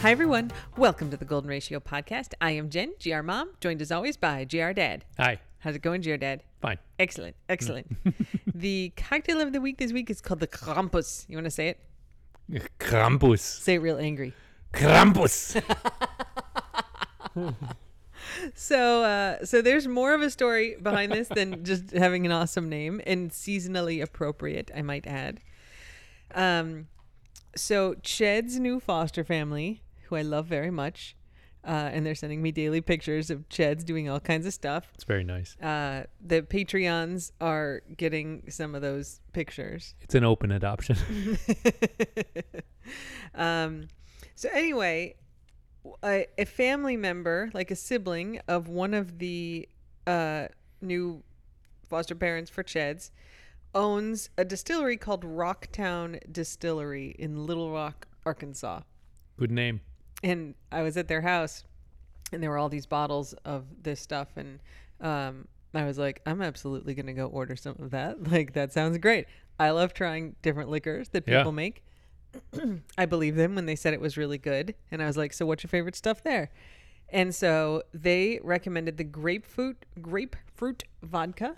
Hi, everyone. Welcome to the Golden Ratio Podcast. I am Jen, GR Mom, joined as always by GR Dad. Hi. How's it going, GR Dad? Fine. Excellent. Excellent. the cocktail of the week this week is called the Krampus. You want to say it? Krampus. Say it real angry. Krampus. So, uh, so there's more of a story behind this than just having an awesome name and seasonally appropriate, I might add. Um, so Ched's new foster family, who I love very much, uh, and they're sending me daily pictures of Ched's doing all kinds of stuff. It's very nice. Uh, the Patreons are getting some of those pictures. It's an open adoption. Um, so anyway, w- a, a family member, like a sibling of one of the uh, new foster parents for Cheds, owns a distillery called Rocktown Distillery in Little Rock, Arkansas. Good name. And I was at their house, and there were all these bottles of this stuff, and um, I was like, I'm absolutely gonna go order some of that. Like that sounds great. I love trying different liquors that Yeah. people make. I believe them when they said it was really good. And I was like, so what's your favorite stuff there? And so they recommended the grapefruit grapefruit vodka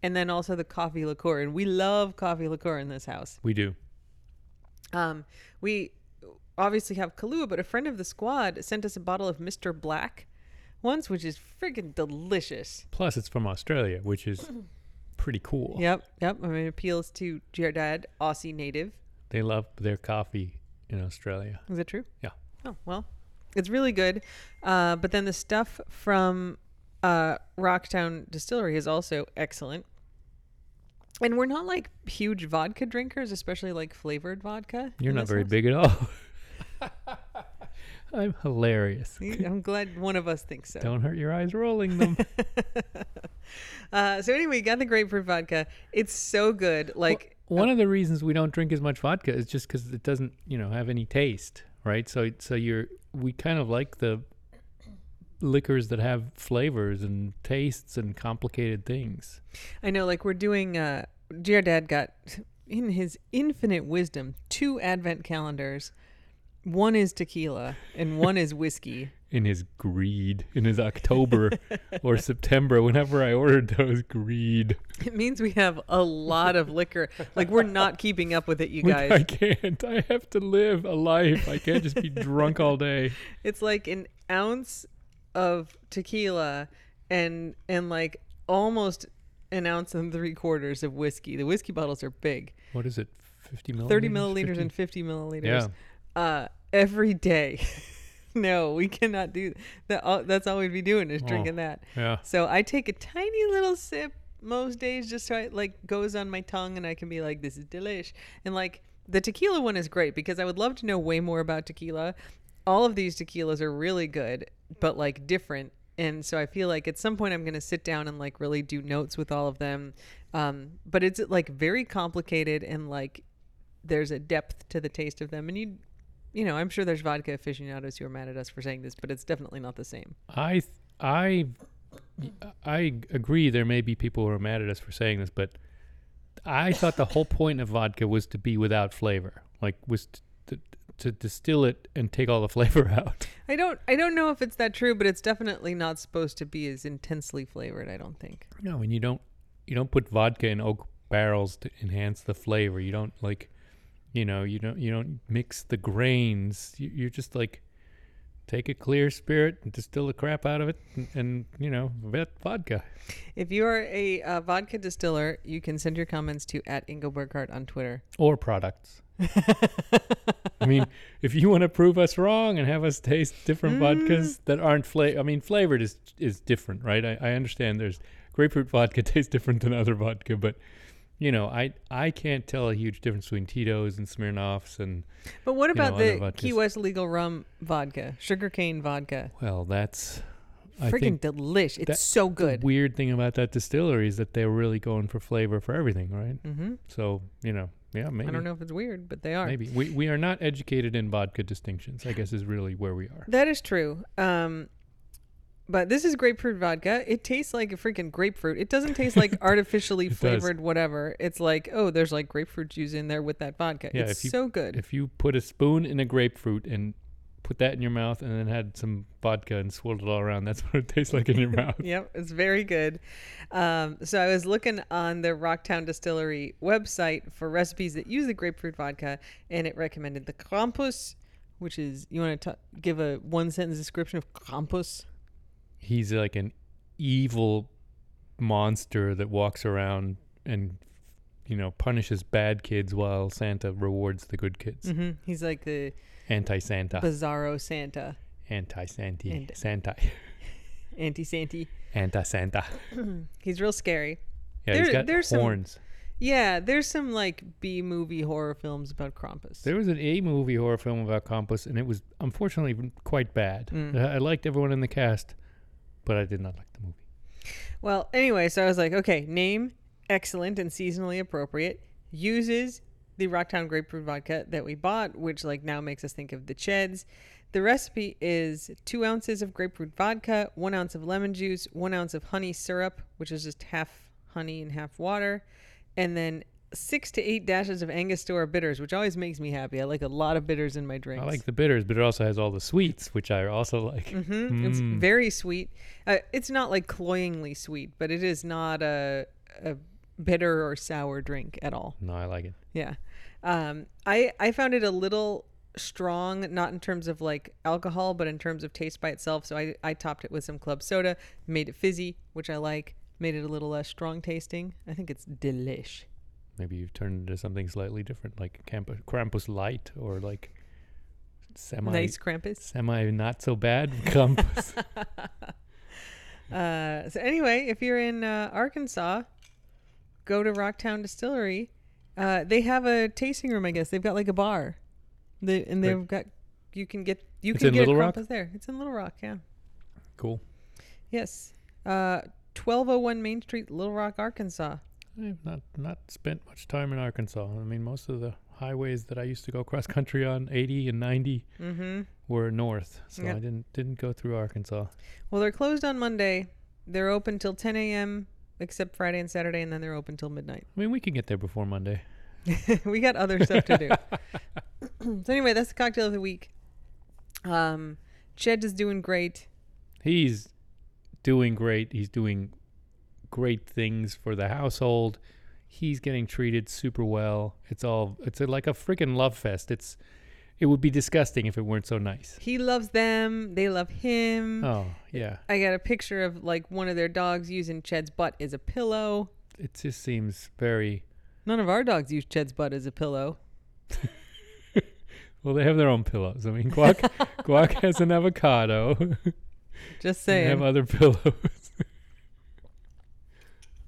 and then also the coffee liqueur. And we love coffee liqueur in this house. We do. Um, we obviously have Kahlua, but a friend of the squad sent us a bottle of Mr. Black once, which is freaking delicious. Plus, it's from Australia, which is pretty cool. Yep, yep. I mean, it appeals to Girdad, Aussie native. They love their coffee in Australia. Is that true? Yeah. Oh well, it's really good. Uh, but then the stuff from uh, Rocktown Distillery is also excellent. And we're not like huge vodka drinkers, especially like flavored vodka. You're in not this very house. big at all. I'm hilarious. See, I'm glad one of us thinks so. Don't hurt your eyes rolling them. Uh, so anyway, got the grapefruit vodka. It's so good. Like One of the reasons we don't drink as much vodka is just because it doesn't, you know, have any taste, right? So, so you're we kind of like the liquors that have flavors and tastes and complicated things. I know, like we're doing. Uh, Dear Dad got, in his infinite wisdom, two advent calendars. One is tequila and one is whiskey. in his greed in his October or September whenever I ordered those greed It means we have a lot of liquor. Like we're not keeping up with it, you Like, I guys. can't I have to live a life I can't just be drunk all day It's like an ounce of tequila and and like almost an ounce and three quarters of whiskey. The whiskey bottles are big. what is it 50 milliliters Thirty milliliters 50? and fifty milliliters. Oh, yeah Uh every day. no, we cannot do that. All, that's all we'd be doing is Oh. drinking that. yeah So I take a tiny little sip most days just so it like goes on my tongue and I can be like, this is delish. And like the tequila one is great because I would love to know way more about tequila. All of these tequilas are really good, but like different. And so I feel like at some point I'm going to sit down and like really do notes with all of them. Um, but it's like very complicated and like there's a depth to the taste of them. And you, you know, I'm sure there's vodka aficionados who are mad at us for saying this, but it's definitely not the same. I th- I I agree there may be people who are mad at us for saying this but I thought the whole point of vodka was to be without flavor like was to, to, to distill it and take all the flavor out I don't I don't know if it's that true, but it's definitely not supposed to be as intensely flavored, I don't think. No, and you don't you don't put vodka in oak barrels to enhance the flavor. You don't like you know, you don't you don't mix the grains. You you just like take a clear spirit and distill the crap out of it and, and you know, vet vodka. If you are a uh, vodka distiller, you can send your comments to at Ingelberghart on Twitter. Or products. I mean, if you want to prove us wrong and have us taste different Mm. vodkas that aren't flavor, I mean, flavored is is different, right? I, I understand there's grapefruit vodka tastes different than other vodka, but you know, I I can't tell a huge difference between Tito's and Smirnoffs, and But what know, about other the vodkas. Key West legal rum vodka, sugarcane vodka? well, that's I Freaking think delish. It's that- so the good. weird thing about that distillery is that they're really going for flavor for everything, right? mm-hmm. So you know, yeah, maybe I don't know if it's weird, but they are. maybe we we are not educated in vodka distinctions. I guess is really where we are. That is true. Um but this is grapefruit vodka. It tastes like a freaking grapefruit. It doesn't taste like artificially does. flavored whatever. It's like, oh, there's like grapefruit juice in there with that vodka. Yeah, it's if you- so good. If you put a spoon in a grapefruit and put that in your mouth and then had some vodka and swirled it all around. That's what it tastes like in your mouth. Yep, it's very good. Um, so I was looking on the Rocktown Distillery website for recipes that use the grapefruit vodka, and it recommended the Krampus, which is you want to give a one sentence description of Krampus. He's like an evil monster that walks around and you know punishes bad kids while Santa rewards the good kids. hmm He's like the Anti Santa, Bizarro Santa, anti Santi, And- Santa, anti Santy. anti Santa. He's real scary. Yeah, There- he's got there's some- horns. Yeah, there's some like B movie horror films about Krampus. There was an A movie horror film about Compass, and it was unfortunately quite bad. Mm. I I liked everyone in the cast, but I did not like the movie. Well, anyway, so I was like, okay, name excellent and seasonally appropriate. Uses the Rocktown grapefruit vodka that we bought, which like now makes us think of the Cheds. The recipe is two ounces of grapefruit vodka, one ounce of lemon juice, one ounce of honey syrup, which is just half honey and half water, and then six to eight dashes of Angostura bitters, which always makes me happy. I like a lot of bitters in my drinks. I like the bitters, but it also has all the sweets, which I also like. Mhm. It's very sweet. Uh, it's not like cloyingly sweet, but it is not a, a bitter or sour drink at all. No, I like it. Yeah. Um, I, I found it a little strong, not in terms of like alcohol, but in terms of taste by itself. So I, I topped it with some club soda, made it fizzy, which I like, made it a little less strong tasting. I think it's delish. Maybe you've turned it into something slightly different, like Campus, Krampus Light or like semi nice Krampus. semi not so bad Krampus. Uh, so anyway, if you're in uh, Arkansas, go to Rocktown Distillery. Uh, they have a tasting room, I guess. They've got like a bar, they, and Right. they've got you can get you It's can in get Little a Rock? Krampus there. It's in Little Rock, yeah. cool. Yes, uh, twelve oh one Main Street, Little Rock, Arkansas. I've not not spent much time in Arkansas. I mean, most of the highways that I used to go cross country on, 80 and 90, Mm-hmm. were north, so Yeah. I didn't didn't go through Arkansas. Well, they're closed on Monday. They're open till ten a.m. except Friday and Saturday, and then they're open till midnight. I mean, we can get there before Monday. we got other stuff to do. so anyway, that's the cocktail of the week. Um, Ched is doing great. He's doing great. He's doing great things for the household. He's getting treated super well. It's all it's like a freaking love fest. It's it would be disgusting if it weren't so nice. He loves them. They love him. Oh, yeah. I got a picture of like one of their dogs using Ched's butt as a pillow. It just seems very None of our dogs use Ched's butt as a pillow. well, they have their own pillows. I mean, Guac Guac has an avocado. Just They saying. have other pillows.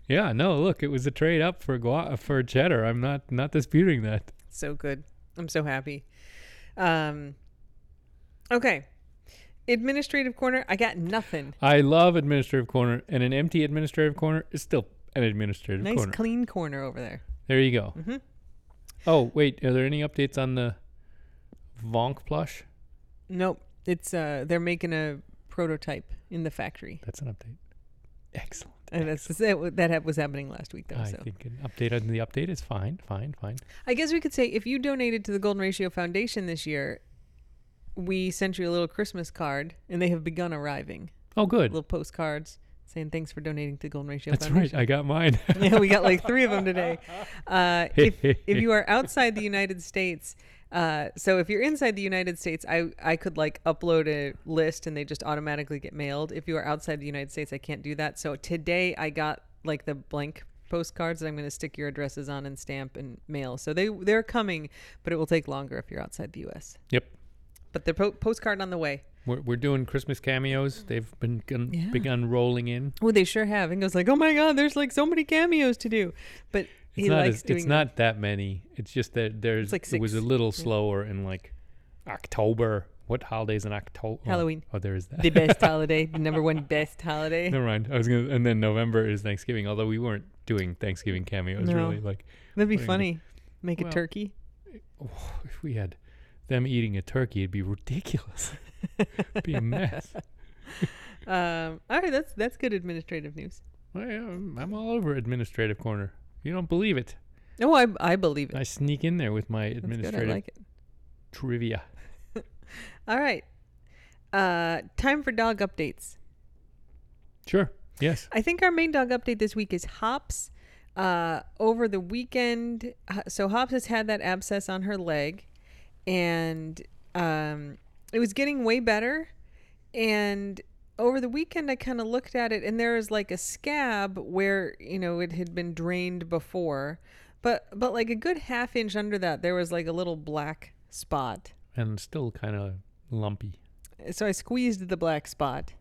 yeah, no, look, it was a trade up for gua- for cheddar. I'm not not disputing that. so good. I'm so happy. Um, okay. Administrative corner. I got nothing. I love administrative corner, and an empty administrative corner is still an administrative Nice corner. clean corner over there. there you go. Mhm. Oh wait, are there any updates on the Vonk plush? Nope. It's uh they're making a prototype in the factory. That's an update. Excellent. And that's that, that hap- was happening last week though. I so think an update on the update is fine, fine, fine. I guess we could say if you donated to the Golden Ratio Foundation this year, we sent you a little Christmas card, and they have begun arriving. Oh, good. Little postcards saying thanks for donating to the Golden Ratio That's right. Foundation. I got mine. yeah, we got like three of them today. Uh, if, if you are outside the United States, uh, so if you're inside the United States, I, I could like upload a list and they just automatically get mailed. If you are outside the United States, I can't do that. So today I got like the blank postcards that I'm going to stick your addresses on and stamp and mail. So they they're coming, but it will take longer if you're outside the U.S. yep. But the po- postcard on the way. We're, we're doing Christmas cameos. They've been gun- Yeah. begun rolling in. Oh, they sure have. And goes like, oh my God, there's like so many cameos to do. But It's he not likes as, doing it's not that many. It's just that there's It's like it was a six. little slower in like October. What holidays in October? Halloween. Oh, there is that. the best holiday, the number one best holiday. Never mind. I was gonna, and then November is Thanksgiving. Although we weren't doing Thanksgiving cameos, No. really. Like That'd be What are you gonna funny. Make Well- a turkey. if we had them eating a turkey, it'd be ridiculous. it'd be a mess. Um, all right, that's that's good administrative news. I, am I'm all over administrative corner. You don't believe it. Oh, I I believe it. I sneak in there with my That's good. administrative I like it. trivia. All right, Uh, time for dog updates. Sure. Yes. I think our main dog update this week is Hops. Uh, over the weekend, h- so Hops has had that abscess on her leg, and um, it was getting way better. And over the weekend, I kind of looked at it, and there is like a scab where you know it had been drained before, but but like a good half inch under that, there was like a little black spot. And still kind of lumpy So I squeezed the black spot.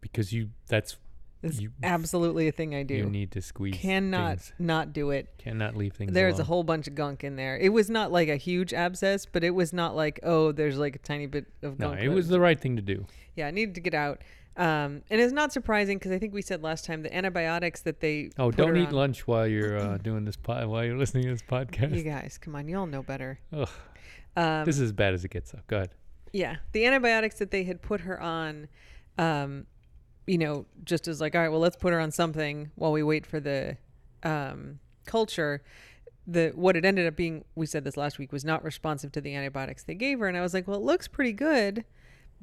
because you that's It's You- absolutely a thing I do. you need to squeeze. Cannot things. not do it. cannot leave things. There's a alone. whole bunch of gunk in there. It was not like a huge abscess, but it was not like oh, there's like a tiny bit of No, gunk. it left. was the right thing to do. yeah, it needed to get out. Um, and it's not surprising because I think we said last time the antibiotics that they Oh, put don't her eat on- lunch while you're uh, doing this pod, while you're listening to this You podcast. guys, come on, y'all know better. Ugh, Um, this is as bad as it gets. Though. Go ahead. yeah, the antibiotics that they had put her on, um, you know, just as like all right, well, let's put her on something while we wait for the um, culture. the what it ended up being we said this last week was not responsive to the antibiotics they gave her and i was like well it looks pretty good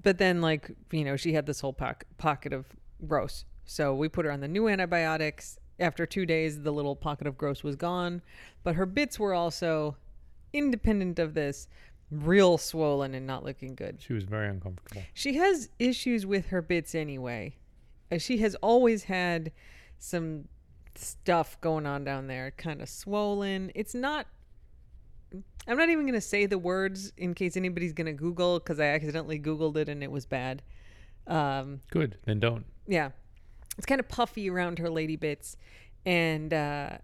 but then like you know she had this whole poc- pocket of gross so we put her on the new antibiotics after two days the little pocket of gross was gone but her bits were also independent of this real swollen and not looking good She was very uncomfortable. she has issues with her bits anyway. Uh, She has always had some stuff going on down there, kind of swollen. It's not. I'm not even going to say the words in case anybody's going to Google because I accidentally Googled it and it was bad. Um, Good. Then don't. yeah. It's kind of puffy around her lady bits. And, uh, And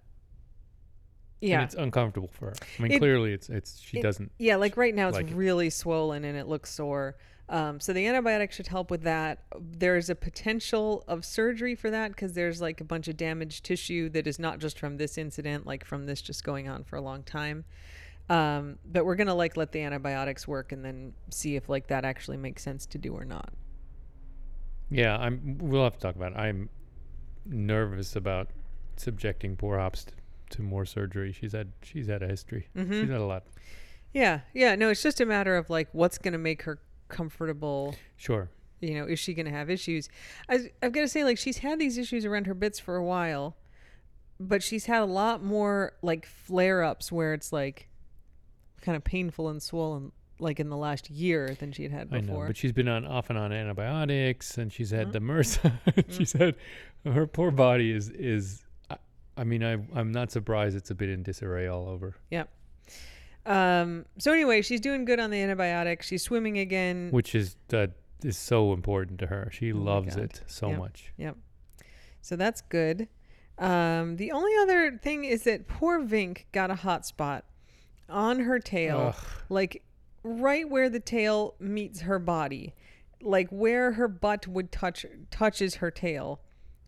yeah. it's uncomfortable for her. I mean, It- clearly, it's it's she it- doesn't. Yeah, like right now it's like it. really swollen and it looks sore. Um, so the antibiotic should help with that. There's a potential of surgery for that because there's like a bunch of damaged tissue that is not just from this incident, like from this just going on for a long time. Um, but we're gonna like let the antibiotics work and then see if like that actually makes sense to do or not. Yeah, I'm. We'll have to talk about. it. I'm nervous about subjecting poor Hops to, to more surgery. She's had she's had a history. Mm-hmm. She's had a lot. Yeah, yeah. No, it's just a matter of like what's gonna make her comfortable. Sure. you know is she going to have issues I, i've got to say like she's had these issues around her bits for a while but she's had a lot more like flare-ups where it's like kind of painful and swollen like in the last year than she had had I before Mm-hmm. know, but she's been on off and on antibiotics, and she's had the MRSA. she's had her poor body is is. I, I mean, I I'm not surprised it's a bit in disarray all over. yep um so anyway she's doing good on the antibiotic she's swimming again which is that is so important to her. She Oh my loves God. it so Yeah. much. Yep. So that's good. Um, the only other thing is that poor Vink got a hot spot on her tail, Ugh. like right where the tail meets her body, like where her butt would touch touches her tail.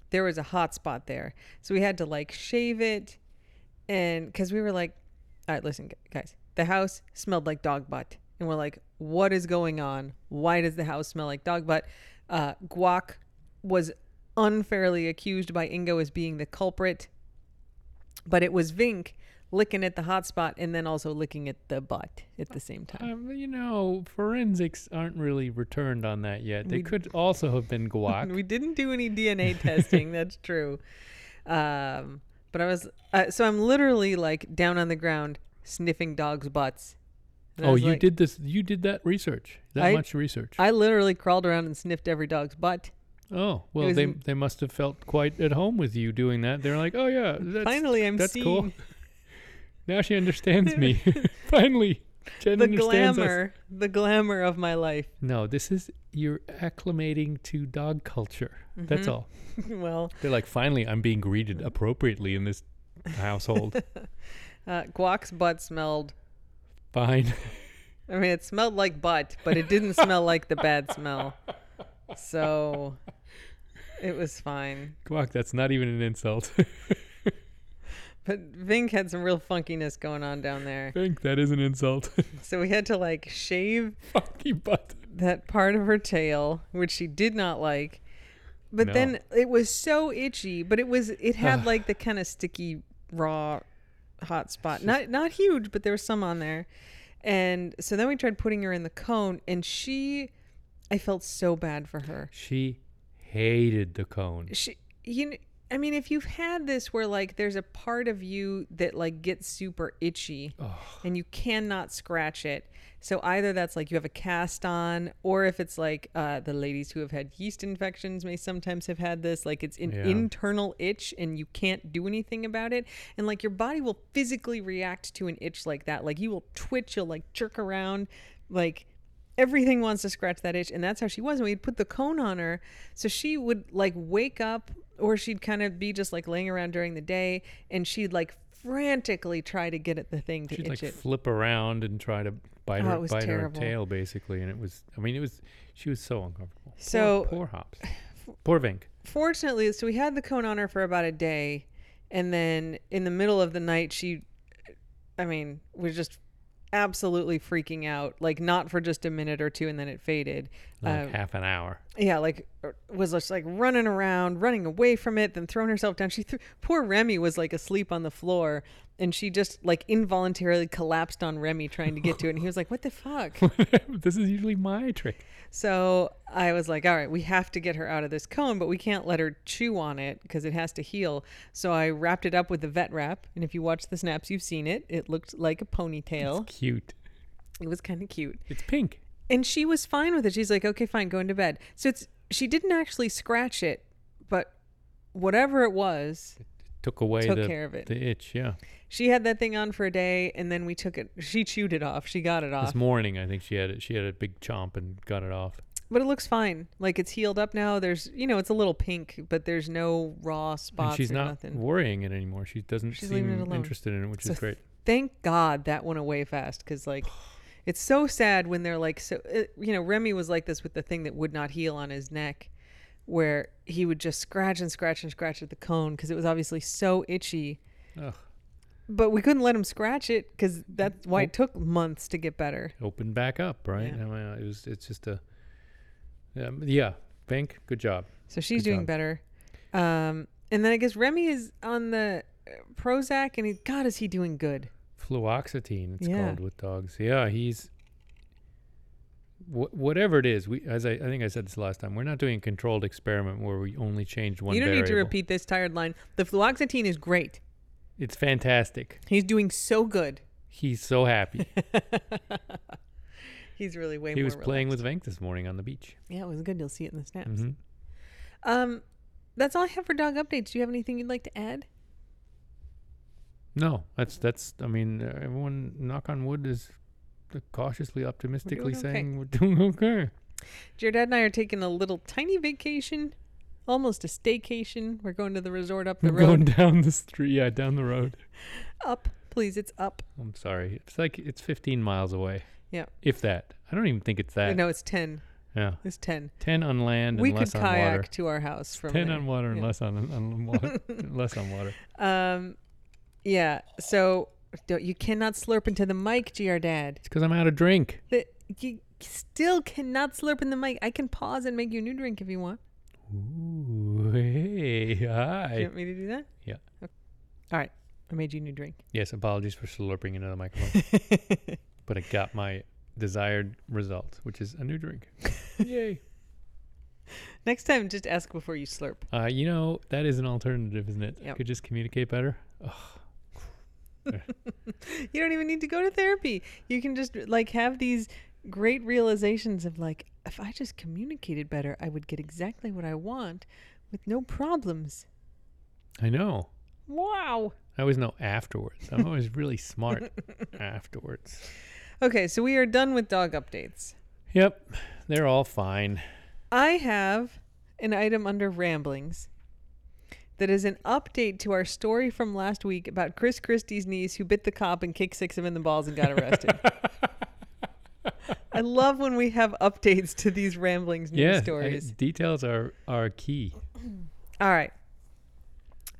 There was a hot spot there, so we had to like shave it, and because we were like, all right, listen, gu- guys, the house smelled like dog butt. And we're like, what is going on? Why does the house smell like dog butt? Uh, Guac was unfairly accused by Ingo as being the culprit, but it was Vink licking at the hot spot and then also licking at the butt at the same time. Um, you know, forensics aren't really returned on that yet. They could also have been guac. We didn't do any DNA testing, that's true. Um, but I was, uh, so I'm literally like down on the ground sniffing dogs' butts. And I oh, was you like- did this. You did that research. That I- much research. I literally crawled around and sniffed every dog's butt. oh, well, was they in- they must have felt quite at home with you doing that. They're like, oh yeah, that's, Finally, I'm that's seeing cool. now she understands me. Finally, Jen the understands us. glamour, the glamour of my life. No, this is you're acclimating to dog culture. That's Mm-hmm. all. well, They're like, finally, I'm being greeted appropriately in this household. uh, Guac's butt smelled. Fine. I mean, it smelled like butt, but it didn't smell like the bad smell. So it was fine. Guac, that's not even an insult. But Vink had some real funkiness going on down there. Think that is an insult. So we had to like shave Funky butt. that part of her tail, which she did not like. But No. then it was so itchy, but it was it had like the kind of sticky raw hot spot. Not not huge, but there was some on there. And so then we tried putting her in the cone and she I felt so bad for her. She hated the cone. She, you know, I mean, if you've had this where like there's a part of you that like gets super itchy and you cannot scratch it. So either that's like you have a cast on, or if it's like uh, the ladies who have had yeast infections may sometimes have had this, like it's an Yeah. internal itch and you can't do anything about it. And like your body will physically react to an itch like that. Like you will twitch, you'll like jerk around, like everything wants to scratch that itch and that's how she was and we'd put the cone on her so she would like wake up or she'd kind of be just like laying around during the day and she'd like frantically try to get at the thing to She'd like itch it flip around and try to bite Oh, it her was bite terrible. her tail basically, and it was. I mean, it was. She was so uncomfortable. Poor- So- poor, Hops, poor Vink. fortunately so we had the cone on her for about a day and then in the middle of the night she i mean was just absolutely freaking out like not for just a minute or two and then it faded Uh, Oh. Like half an hour. yeah, like er, was just like running around, running away from it, then throwing herself down. She threw poor Remy was like asleep on the floor, and she just like involuntarily collapsed on Remy trying to get to it, and he was like, "What the fuck?" this is usually my trick. so I was like, "All right, we have to get her out of this cone, but we can't let her chew on it because it has to heal." So I wrapped it up with the vet wrap, and if you watch the snaps, you've seen it. It looked like a ponytail. It's cute. It was kind of cute. It's pink. and she was fine with it. She's like, okay, fine, go into bed. So it's she didn't actually scratch it, but whatever it was, Took away Took the care of it. the itch. Yeah, she had that thing on for a day, and then we took it. She chewed it off. She got it this off, morning I think she had it. She had a big chomp and got it off. but it looks fine. Like it's healed up now. There's you know it's a little pink, but there's no raw And spots she's or not nothing. worrying it anymore. She doesn't She's leaving it seem alone. interested in it, which So is great. Thank God that went away fast, because like. It's so sad when they're like so it, you know Remy was like this with the thing that would not heal on his neck where he would just scratch and scratch and scratch at the cone because it was obviously so itchy Ugh. Mm, But we couldn't let him scratch it because that's why oh. it took months to get better. Opened back up, right? Yeah. I mean, it was. It's just a. Um, yeah, Vink. Good job. So she's Good doing job. better. Um, and then I guess Remy is on the uh, Prozac, and he, God, is he doing good? fluoxetine it's Yeah. called with dogs yeah he's wh- whatever it is we as I, I think i said this last time we're not doing a controlled experiment where we only change one you don't need to variable. repeat this tired line. The fluoxetine is great. it's fantastic He's doing so good. he's so happy He's really way he more. was relaxed. playing with vank this morning on the beach Yeah, it was good. You'll see it in the snaps. Mhm. Um, that's all I have for dog updates. Do you have anything you'd like to add? no that's that's i mean uh, everyone knock on wood is cautiously optimistically okay. saying we're doing okay Your dad and I are taking a little tiny vacation, almost a staycation. We're going to the resort up the we're road. going down the street yeah down the road Up, please. It's up. i'm sorry it's like it's 15 miles away Yeah. if that i don't even think it's that No, it's 10. yeah It's 10. 10 on land we Uh, and could less on kayak water. to our house from 10 there. on water and Yeah. less on, on water. less on water. Um, yeah. So don't, you cannot slurp into the mic, GR Dad. It's because I'm out of drink. The, you still cannot slurp in the mic. I can pause and make you a new drink if you want. Ooh, hey, Do you hi. want me to do that? Yeah. Okay. All right. I made you a new drink. Yes, apologies for slurping into the microphone, but it got my desired result, which is a new drink. Yay. Next time, just ask before you slurp. Uh, you know, that is an alternative, isn't it? I Yep. could just communicate better. Ugh. You don't even need to go to therapy. You can just like have these great realizations of like, if I just communicated better, I would get exactly what I want with no problems. I know. Wow. I always know afterwards. I'm always really smart afterwards. Okay, so we are done with dog updates. Yep, they're all fine. I have an item under ramblings that is an update to our story from last week about Chris Christie's niece who bit the cop and kicked six of him in the balls and got arrested. I love when we have updates to these ramblings news Yeah, I- stories. details are, are key. All right.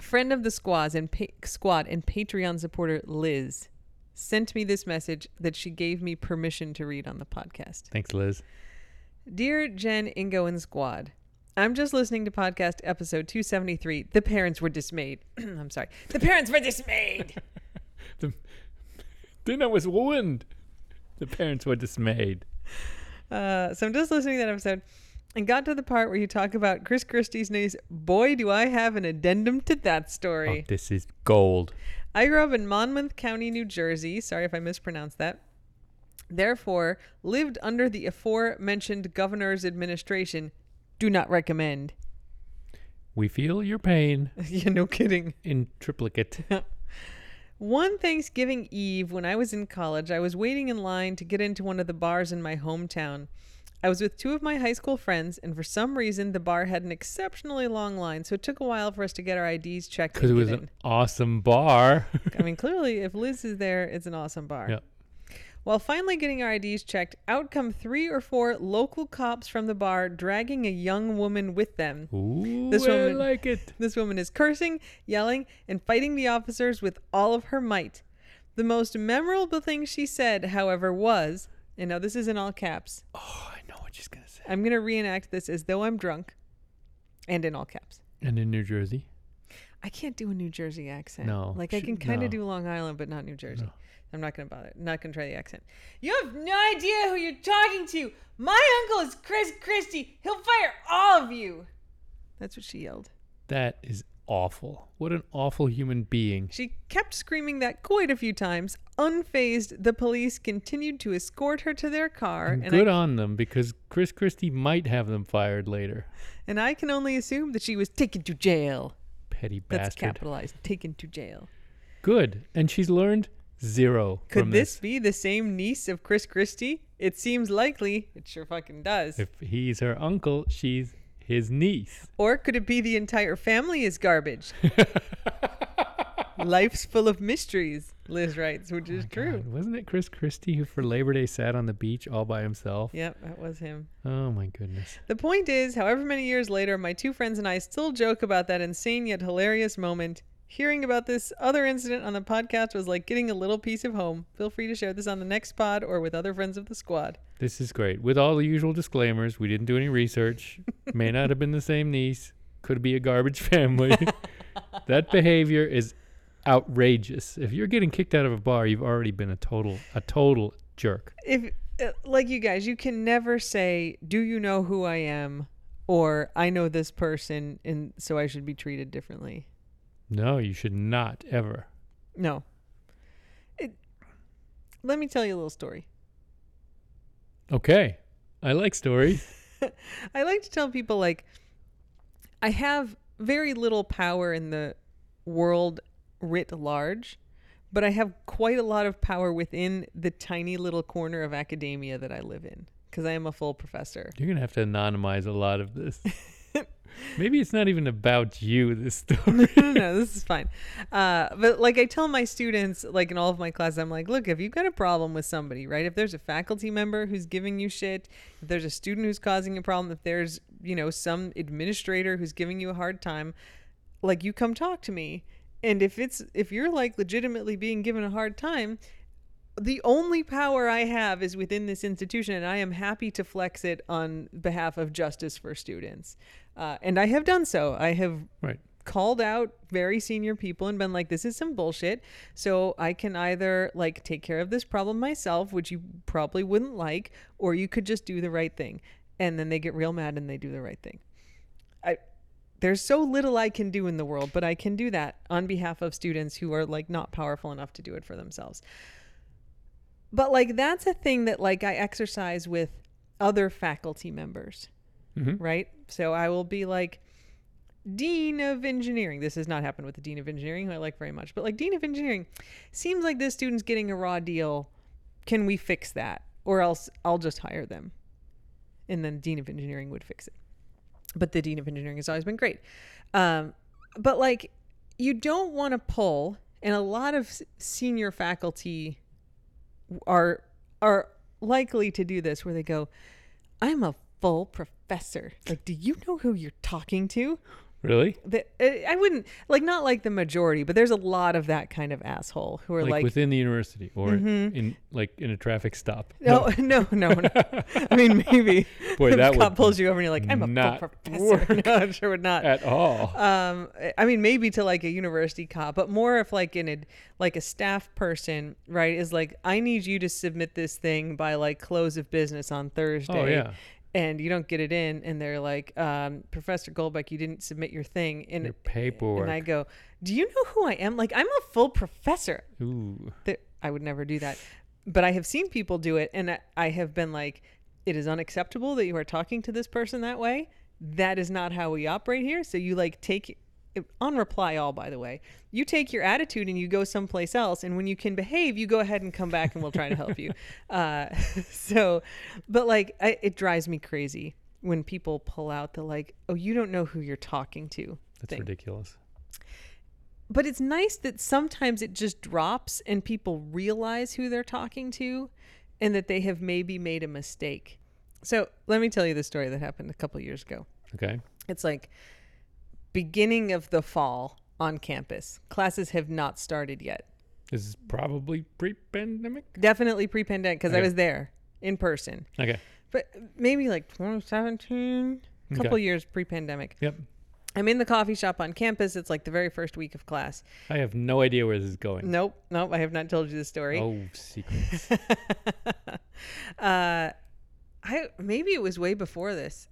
Friend of the squads and pa- squad and Patreon supporter Liz sent me this message that she gave me permission to read on the podcast. Thanks, Liz. Dear Jen, Ingo, and Squad, I'm just listening to podcast episode 273. The parents were dismayed. I'm sorry. The parents were dismayed. Dinner was ruined. The parents were dismayed. Uh, so I'm just listening to that episode and got to the part where you talk about Chris Christie's news. Boy, do I have an addendum to that Oh, story. this is gold. I grew up in Monmouth County, New Jersey. Sorry if I mispronounced that. Therefore, lived under the aforementioned governor's administration. Do not recommend. We feel your pain yeah, no kidding. in triplicate. One Thanksgiving Eve when I was in college, I was waiting in line to get into one of the bars in my hometown. I was with two of my high school friends, and for some reason, the bar had an exceptionally long line, so it took a while for us to get our IDs checked. Because it and was get an awesome bar. in. I mean, clearly, if Liz is there, it's an awesome bar. yeah. While finally getting our IDs checked, out come three or four local cops from the bar dragging a young woman with them. Ooh, This I woman- like it. This woman is cursing, yelling, and fighting the officers with all of her might. The most memorable thing she said, however, was, and now this is in all caps. Oh, I know what she's going to say. I'm going to reenact this as though I'm drunk and in all caps. And in New Jersey. I can't do a New Jersey accent. No, Like I sh- can kind no. of do Long Island, but not New Jersey. I'm not going to bother. Not going to try the accent. You have no idea who you're talking to. My uncle is Chris Christie. He'll fire all of you. That's what she yelled. That is awful. What an awful human being. She kept screaming that quite a few times. Unfazed, the police continued to escort her to their car, and, Good I, on them because Chris Christie might have them fired later. and I can only assume that she was taken to jail. Petty That's bastard. capitalized. Taken to jail. Good. And she's learned zero Could from this be the same niece of Chris Christie? It seems likely. It sure fucking does. If he's her uncle, she's his niece. Or could it be the entire family is garbage? Life's full of mysteries, Liz writes, which is true. Oh God, wasn't it Chris Christie who for Labor Day sat on the beach all by himself? Yep, that was him. Oh my goodness. The point is, however many years later, my two friends and I still joke about that insane yet hilarious moment. Hearing about this other incident on the podcast was like getting a little piece of home. Feel free to share this on the next pod or with other friends of the squad. This is great. With all the usual disclaimers, we didn't do any research. May not have been the same niece. Could be a garbage family. that behavior is outrageous. If you're getting kicked out of a bar, you've already been a total a total jerk. If, uh, like you guys, you can never say, Do you know who I am? or I know this person, and so I should be treated differently. No, you should not ever. No. It, let me tell you a little story. Okay. I like stories. I like to tell people like I have very little power in the world writ large, but I have quite a lot of power within the tiny little corner of academia that I live in because I am a full professor. You're going to have to anonymize a lot of this. Maybe it's not even about you this story. no, no, no, this is fine. Uh, but like I tell my students, like in all of my classes, I'm like, look, if you've got a problem with somebody, right? If there's a faculty member who's giving you shit, if there's a student who's causing a problem, if there's, you know, some administrator who's giving you a hard time, like you come talk to me. And if it's if you're like legitimately being given a hard time, the only power I have is within this institution, and I am happy to flex it on behalf of justice for students. Uh, and I have done so. I have Right. called out very senior people and been like this is some bullshit so i can either like take care of this problem myself which you probably wouldn't like or you could just do the right thing and then they get real mad and they do the right thing i there's so little i can do in the world but i can do that on behalf of students who are like not powerful enough to do it for themselves but like that's a thing that like i exercise with other faculty members Mhm. right so i will be like dean of engineering this has not happened with the dean of engineering who i like very much but like dean of engineering seems like this student's getting a raw deal can we fix that or else i'll just hire them and then dean of engineering would fix it but the dean of engineering has always been great um, but like you don't want to pull and a lot of s- senior faculty are are likely to do this where they go i'm a full professor like do you know who you're talking to Really? The, eh, I wouldn't like not like the majority, but there's a lot of that kind of asshole who are Like, like, within the university or in like in a traffic stop. no, no, no, no. I mean, maybe Boy, the that cop would pulls you over and you're like, I'm a full not Uh, professor. No, I'm sure would not. at all. um i mean maybe to like a university cop but more if like in a like a staff person right is like i need you to submit this thing by like close of business on thursday Oh, yeah. and you don't get it in and they're like um, professor goldbeck you didn't submit your thing and Your paperwork. and i go do you know who i am like i'm a full professor Ooh. there, I would never do that. But I have seen people do it, and I, I have been like, it is unacceptable that you are talking to this person that way. That is not how we operate here. So you like take on reply all, by the way, you take your attitude and you go someplace else. And when you can behave, you go ahead and come back and we'll try to help you. Uh, so, but like, I, it drives me crazy when people pull out the like, oh, you don't know who you're talking to. That's thing ridiculous. but it's nice that sometimes it just drops and people realize who they're talking to and that they have maybe made a mistake. So let me tell you the story that happened a couple years ago. Okay. It's like beginning of the fall on campus. Classes have not started yet. This is probably pre pandemic. Definitely pre-pandemic because I Okay. was there in person. Okay. But maybe like 2017, a couple Okay. years pre-pandemic. Yep. I'm in the coffee shop on campus. It's like the very first week of class. I have no idea where this is going. Nope, nope, I have not told you this story. Oh, secret. uh, I maybe it was way before this.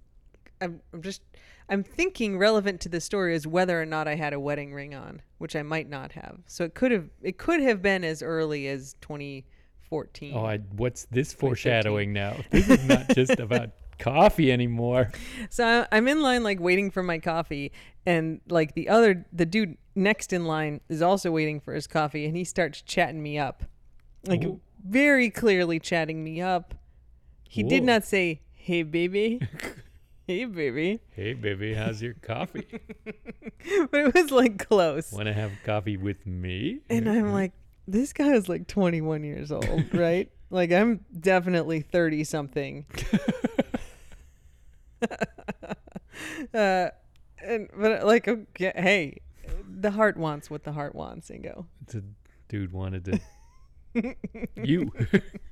I'm, I'm just I'm thinking relevant to the story is whether or not I had a wedding ring on, which I might not have. So it could have it could have been as early as 2014. Oh, I, what's this foreshadowing now? This is not just about coffee anymore. So I- I'm in line like waiting for my coffee and like the other the dude next in line is also waiting for his coffee and he starts chatting me up. Like Ooh. very clearly chatting me up. He did Whoa. not say, "Hey baby." hey baby. Hey, baby, how's your coffee? But it was like close. Want to have coffee with me? And I'm like, this guy is like 21 years old, right? like I'm definitely 30 something. uh, and but like, okay, hey, the heart wants what the heart wants, Ingo. The dude wanted to. you.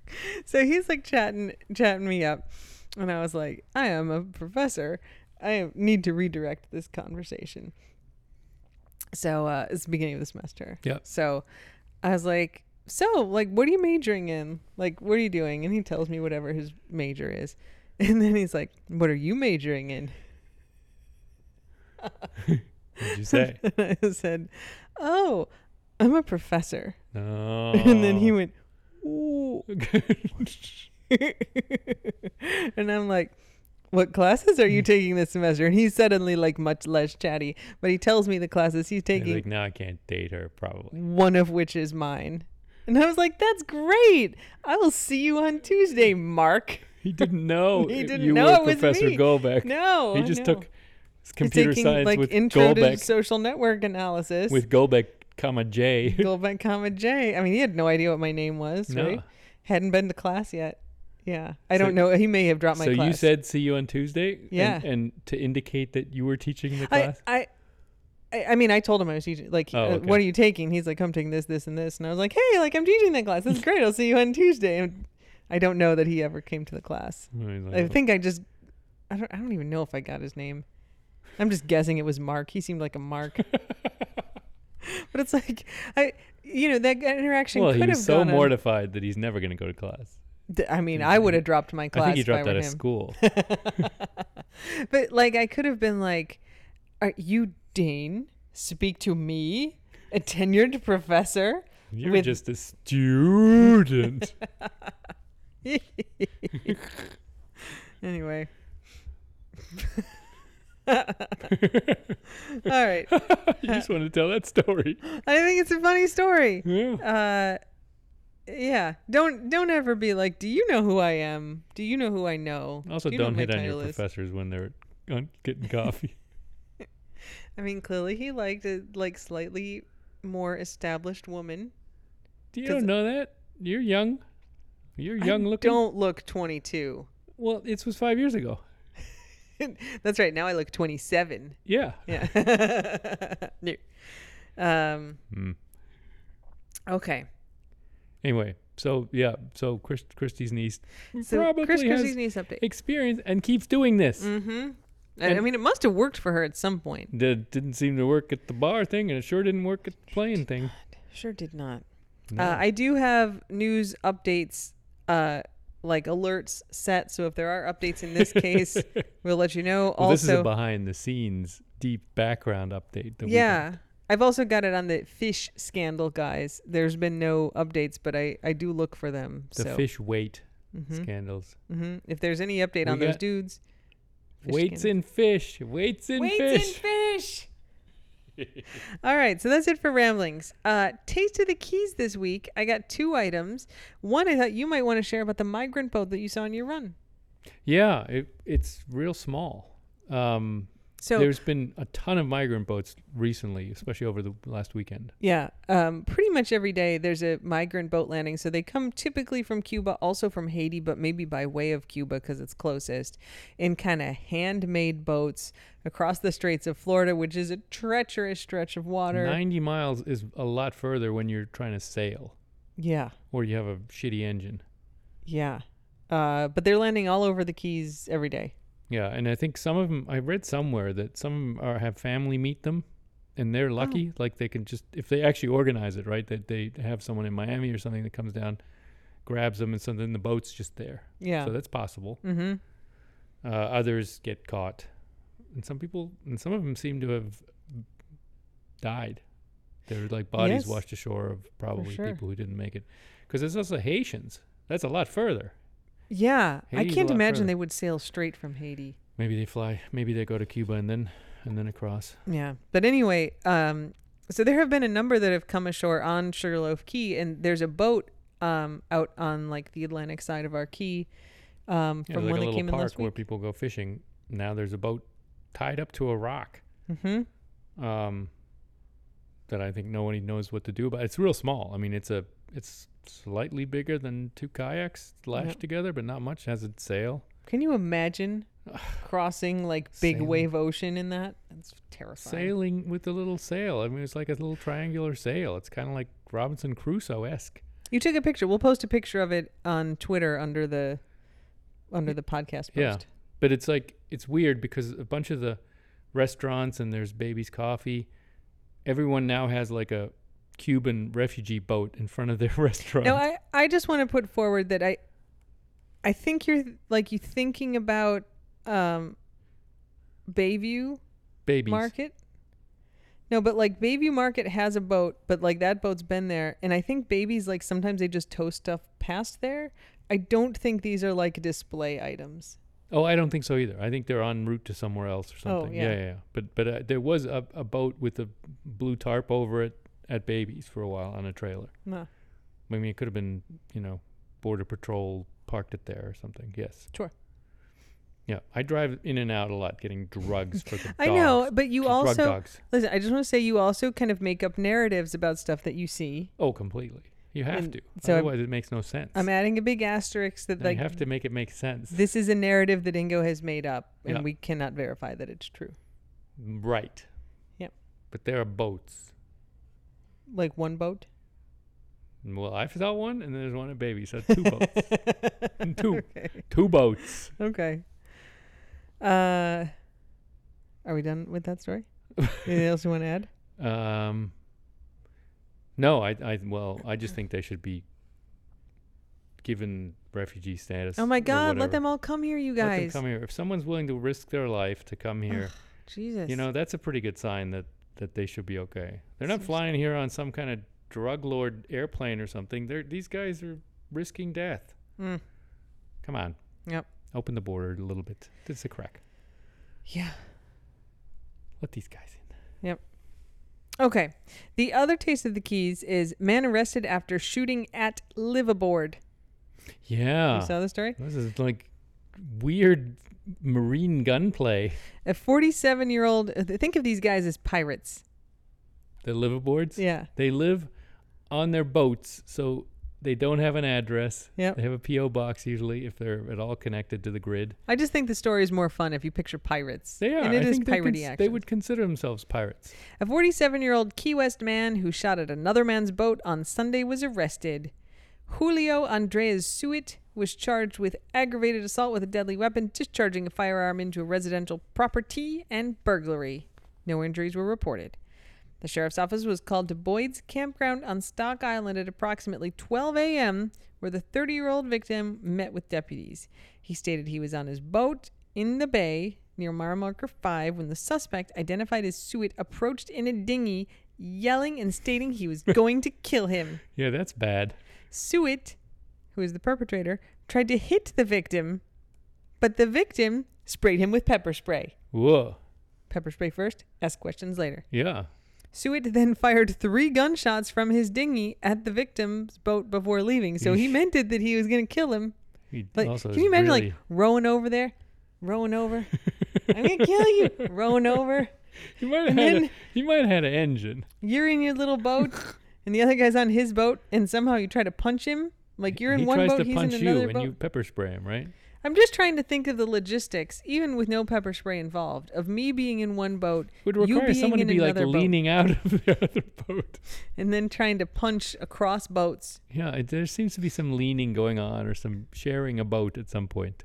So he's like chatting, chatting me up, and I was like, I am a professor. I am- need to redirect this conversation. So uh, it's the beginning of the semester. Yep. So I was like, so like, what are you majoring in? Like, what are you doing? And he tells me whatever his major is, and then he's like, what are you majoring in? What'd you say? And I said, oh, I'm a professor. No. And then Oh. he went, ooh. and I'm like, what classes are you taking this semester? And he's suddenly like much less chatty, but he tells me the classes he's He's taking, like, no, I can't date her, probably. one of which is mine. And I was like, that's great. I will see you on Tuesday, Mark. He didn't know. He i- didn't you know it were was Professor me. Golbeck. No. he I just know. took s- He's computer taking, science like with intro to Golbeck, social network analysis with Golbeck, comma J. Golbeck, comma J. I mean, he had no idea what my name was, No. right? Hadn't been to class yet. Yeah, I So- don't know. He may have dropped my so class. you said see you on Tuesday? and- Yeah. And, to indicate that you were teaching the I, class? I, I, I mean, I told him I was teaching. Like, Oh, uh, okay. what are you taking? He's like, I'm taking this, this, and this. And I was like, hey, like I'm teaching that class. That's great. I'll see you on Tuesday. And I don't know that he ever came to the class. And he's like, I think I just, I don't, I don't even know if I got his name. I'm just guessing it was Mark. He seemed like a Mark. but it's like, I, you know, that interaction well, could he have was so gone on- mortified that he's never going to go to class. D- I mean, I would have dropped my class I think he dropped if I out were of him. school. But like, I could have been like, "Are you Dane? Speak to me, a tenured professor." You're With- just a student. Anyway. All right. you just want to tell that story. I think it's a funny story. Yeah. Uh, yeah. Don't don't ever be like, "Do you know who I am? Do you know who I know?" Also, Do you know don't what hit my on your title is?" professors when they're on getting coffee. I mean, clearly he liked a like slightly more established woman. Do you 'Cause- don't know that? You're young. You're I young looking. Don't look 22. Well, it was five years ago. That's right. Now I look 27. Yeah. Yeah. no. Um, Mm. okay. Anyway, so yeah, so Chris, Christie's niece So probably Chris has Christie's niece update. experience and keeps doing this. mm-hmm. I, I and- mean, it must have worked for her at some point. That didn't seem to work at the bar thing, and it sure didn't work at the playing thing. Sure did not. No. Uh, I do have news updates, uh, like alerts set. So if there are updates in this case, we'll let you know. Well, also, this is a behind the scenes deep background update. That we yeah. I've also got it on the fish scandal, guys. There's been no updates, but I, I do look for them. got. the so fish weight Mhm. scandals. Mhm. if there's any update We on those got dudes, fish weights scandal. in fish. Weights in Weights fish. in fish. All right, so that's it for ramblings. Uh, Taste of the keys this week. I got two items. One I thought you might want to share about the migrant boat that you saw on your run. yeah, it, it's real small. Um, So There's been a ton of migrant boats recently, especially over the last weekend. Yeah, um, pretty much every day there's a migrant boat landing. So they come typically from Cuba, also from Haiti, but maybe by way of Cuba because it's closest, in kind of handmade boats across the Straits of Florida, which is a treacherous stretch of water. 90 miles is a lot further when you're trying to sail Yeah, or you have a shitty engine. yeah. Uh, but they're landing all over the Keys every day. Yeah, and I think some of them I read somewhere that some of 'em are have family meet them, and Oh. they're lucky. Like they can just if they actually organize it right, that they have someone in Miami or something that comes down, grabs them, and so then the boat's just there. Yeah. So that's possible. mm-hmm. Uh, others get caught, and some people and some of them seem to have died. They're like bodies Yes. washed ashore of probably sure. people who didn't make it, because there's also Haitians. That's a lot further. Yeah, Haiti's I a can't lot imagine further. they would sail straight from Haiti. Maybe they fly. Maybe they go to Cuba and then and then across. Yeah. But anyway, um, so there have been a number that have come ashore on Sugarloaf Key, and there's a boat um, out on like the Atlantic side of our key um, Yeah, from when like a they little came in park last where week. people go fishing. Now there's a boat tied up to a rock Mm-hmm. um, that I think nobody knows what to do about. It's real small. I mean, it's a it's slightly bigger than two kayaks lashed together, but not much. Has a sail. Can you imagine crossing like big Sailing. wave ocean in that? That's terrifying. Sailing with a little sail. I mean, it's like a little triangular sail. It's kind of like Robinson Crusoe esque. You took a picture. We'll post a picture of it on Twitter under the under the podcast post. Yeah. But it's like it's weird because a bunch of the restaurants and there's Baby's Coffee. Everyone now has like a Cuban refugee boat in front of their restaurant. No, Oh, I, I just want to put forward that I I think you're like you thinking about um Bayview Babies. Market. No, but like Bayview Market has a boat, but like that boat's been there and I think babies like sometimes they just tow stuff past there. I don't think these are like display items. Oh, I don't think so either. I think they're en route to somewhere else or something. Oh, yeah. yeah. yeah, yeah. But but uh, there was a, a boat with a blue tarp over it at Babies for a while on a trailer. No. I mean, it could have been you know border patrol parked it there or something. Yes. Sure. Yeah, I drive in and out a lot, getting drugs for the dogs. I know, but you drug also dogs. listen, I just want to say you also kind of make up narratives about stuff that you see. Oh, completely. You have And to. so I'm- Otherwise, it makes no sense. I'm adding a big asterisk that And like you have to make it make sense. This is a narrative that Ingo has made up, and Yeah. we cannot verify that it's true. right. Yep. But there are boats. Like one boat. Well, I saw one, and there's one at Baby. So two boats. two, two boats. Okay. Uh, are we done with that story? Anything else you want to add? Um, no, I, I, well, I just think they should be given refugee status. Oh my or God! Let whatever. them all come here, you Let them guys. come here. If someone's willing to risk their life to come here, Jesus. you know, that's a pretty good sign that that they should be okay. They're not Seriously. flying here on some kind of drug lord airplane or something. They're these guys are risking death. Mm. Come on. Yep. Open the border a little bit. It's a crack. Yeah. Let these guys in. Okay. The other taste of the keys is man arrested after shooting at liveaboard. Yeah. You saw the story? This is like weird marine gunplay. A 47-year-old. Think of these guys as pirates. The liveaboards. Yeah. They live on their boats, so They don't have an address. Yep. They have a PO box usually if they're at all connected to the grid. I just think the story is more fun if you picture pirates. They are. And it I is think they, piratey cons- action. they would consider themselves pirates. A 47 year old Key West man who shot at another man's boat on Sunday was arrested. Julio Andres Suet was charged with aggravated assault with a deadly weapon, discharging a firearm into a residential property, and burglary. No injuries were reported. The sheriff's office was called to Boyd's campground on Stock Island at approximately 12 a.m., where the 30 year old victim met with deputies. He stated he was on his boat in the bay near mile marker 5 when the suspect, identified as Suet, approached in a dinghy, yelling and stating he was going to kill him. Yeah, that's bad. Suet, who is the perpetrator, tried to hit the victim, but the victim sprayed him with pepper spray. Whoa. Pepper spray first, ask questions later. Yeah. Suet then fired three gunshots from his dinghy at the victim's boat before leaving. So he meant it that he was going to kill him. He Like, also can is you imagine really- like rowing over there, rowing over? I'm going to kill you, rowing over. He might have And had a, then- he might have had an engine. You're in your little boat, and the other guy's on his boat, and somehow you try to punch him. Like you're in he one tries boat, to he's punch in you another and boat. you pepper spray him, right? I'm just trying to think of the logistics, even with no pepper spray involved, of me being in one boat, Would you require being someone to in be like another boat, leaning out of the other boat. and then trying to punch across boats. Yeah, it, there seems to be some leaning going on or some sharing a boat at some point.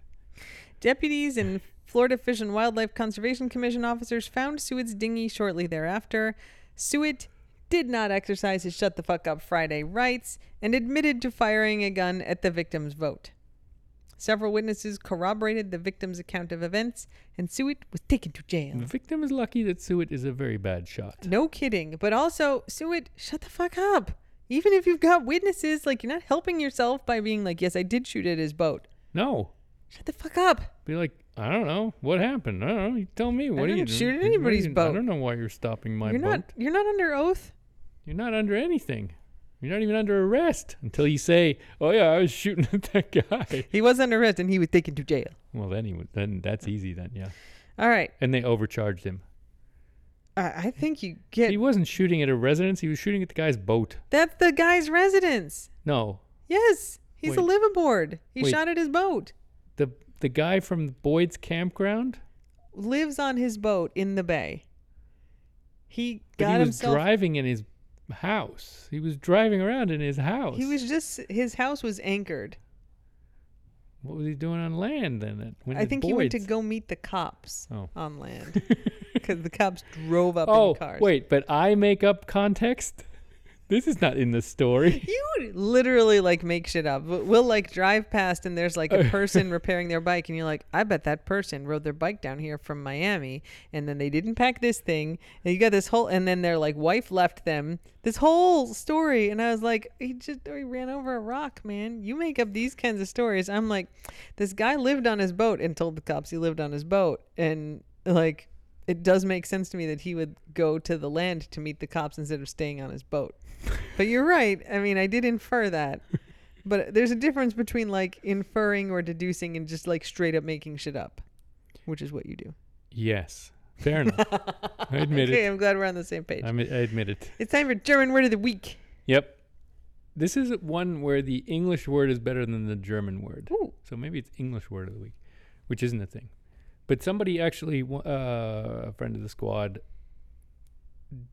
Deputies and Florida Fish and Wildlife Conservation Commission officers found Suet's dinghy shortly thereafter. Suet did not exercise his shut the fuck up Friday rights and admitted to firing a gun at the victim's boat. Several witnesses corroborated the victim's account of events, and Suet was taken to jail. The victim is lucky that Suet is a very bad shot. No kidding. But also, Suet, shut the fuck up. Even if you've got witnesses, like you're not helping yourself by being like, yes, I did shoot at his boat. No. Shut the fuck up. Be like, I don't know. What happened? I don't know. You tell me. What are you didn't doing? shoot at What are you- anybody's I boat. don't know why you're stopping my you're boat. not you're not under oath. You're not under anything. You're not even under arrest until you say, "Oh yeah, I was shooting at that guy." He was under arrest and he was taken to jail. Well, then he was, then that's easy then, yeah. All right. And they overcharged him. I, I think you get. He wasn't shooting at a residence. He was shooting at the guy's boat. That's the guy's residence. No, Yes. He's a Wait. liveaboard. He Wait. shot at his boat. the the guy from Boyd's campground. Lives on his boat in the bay. He But got he was himself. driving in his house. He was driving around in his house. He was just. His house was anchored. What was he doing on land then? At, when I at think he went to Boyd's? go meet the cops Oh. on land because the cops drove up Oh, in cars. wait, but I make up context. This is not in the story. You literally like make shit up. But We'll like drive past and there's like a person repairing their bike, and you're like, I bet that person rode their bike down here from Miami, and then they didn't pack this thing. And you got this whole, and then their like wife left them. This whole story, and I was like, he just he ran over a rock, man. You make up these kinds of stories. I'm like, this guy lived on his boat and told the cops he lived on his boat, and like. It does make sense to me that he would go to the land to meet the cops instead of staying on his boat. But you're right. I mean, I did infer that. But there's a difference between like inferring or deducing and just like straight up making shit up, which is what you do. Yes, fair enough. I admit Okay, it. I'm glad we're on the same page. I admit- I admit it. it's time for German word of the week. Yep. This is one where the English word is better than the German word. Ooh. So maybe it's English word of the week, which isn't a thing. But somebody actually, wa- uh, a friend of the squad,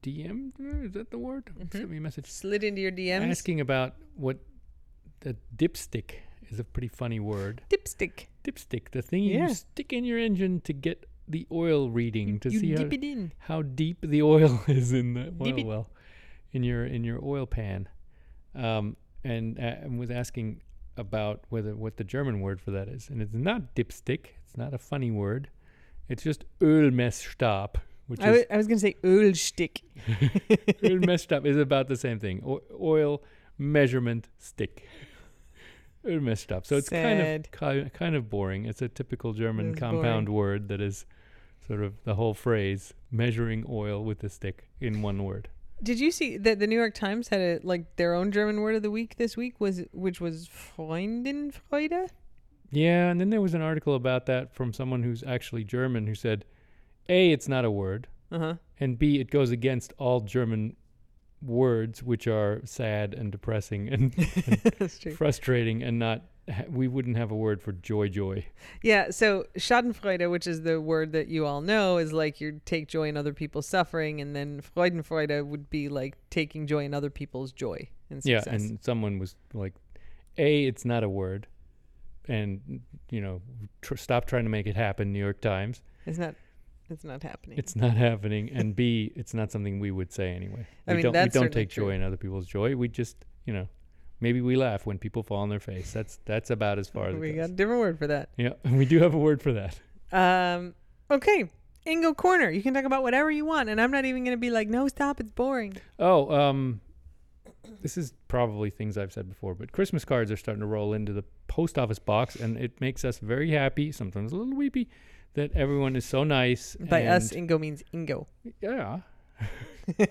DM is that the word? Mm-hmm. Sent me a message Slid into your DMs. asking about what the dipstick is. A pretty funny word. Dipstick. Dipstick, the thing Yeah. you stick in your engine to get the oil reading to see you how dip it in. how deep the oil is in the oil it- well, in your in your oil pan, um, and uh, and was asking about whether what the German word for that is, and it's not dipstick. It's not a funny word. It's just Ölmessstab, which I is wa- I was gonna say Ölstick. Ölmessstab is about the same thing. O- oil measurement stick. Ölmessstab. So it's Sad. kind of ki- kind of boring. It's a typical German is compound word that is sort of the whole phrase measuring oil with a stick in one word. Did you see that the New York Times had a like their own German word of the week this week was which was Freundenfreude? Yeah, and then there was an article about that from someone who's actually German who said, "A, it's not a word, Uh huh. and B, it goes against all German words which are sad and depressing and, That's true. and frustrating and not ha- we wouldn't have a word for joy joy Yeah, so Schadenfreude, which is the word that you all know, is like you take joy in other people's suffering, and then Freudenfreude would be like taking joy in other people's joy and yeah success. and someone was like a it's not a word and you know tr- stop trying to make it happen new york times it's not, it's not happening. it's not happening and b it's not something we would say anyway I we mean, don't that's we don't certainly take true. joy in other people's joy we just you know maybe we laugh when people fall on their face that's that's about as far as we it got goes. a different word for that. yeah we do have a word for that Um, okay, Ingo Corner, you can talk about whatever you want, and I'm not even gonna be like, no, stop, it's boring. Oh, um, this is probably things I've said before, but Christmas cards are starting to roll into the post office box, and it makes us very happy, sometimes a little weepy, that everyone is so nice. By us, and- Ingo means Ingo. yeah. the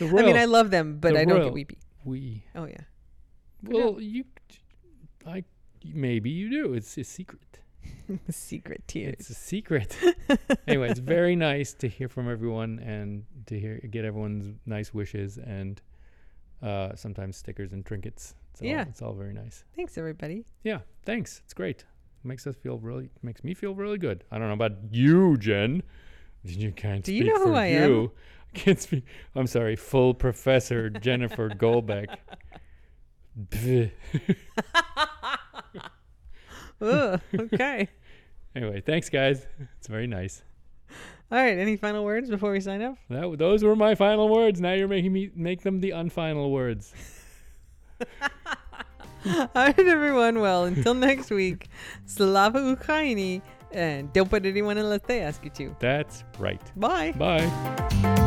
royal, I mean, I love them, but The I don't royal- get weepy. we Oh yeah, well, you, I maybe you do. It's a secret. secret tears. It's a secret. anyway, it's very nice to hear from everyone and to hear get everyone's nice wishes and uh, sometimes stickers and trinkets. It's all, Yeah. it's all very nice. Thanks everybody. Yeah, thanks. It's great. Makes us feel really makes me feel really good. I don't know about you, Jen. You can't Do speak you know who for I am? you. I can't speak. I'm sorry, full professor Jennifer Golbeck. Bleh. Ugh, okay. anyway, thanks guys. It's very nice. All right. Any final words before we sign off? That those were my final words. Now you're making me make them the unfinal words. All right, everyone. Well, until next week, Slava Ukraini, and don't put anyone unless they ask you to. That's right. Bye. Bye.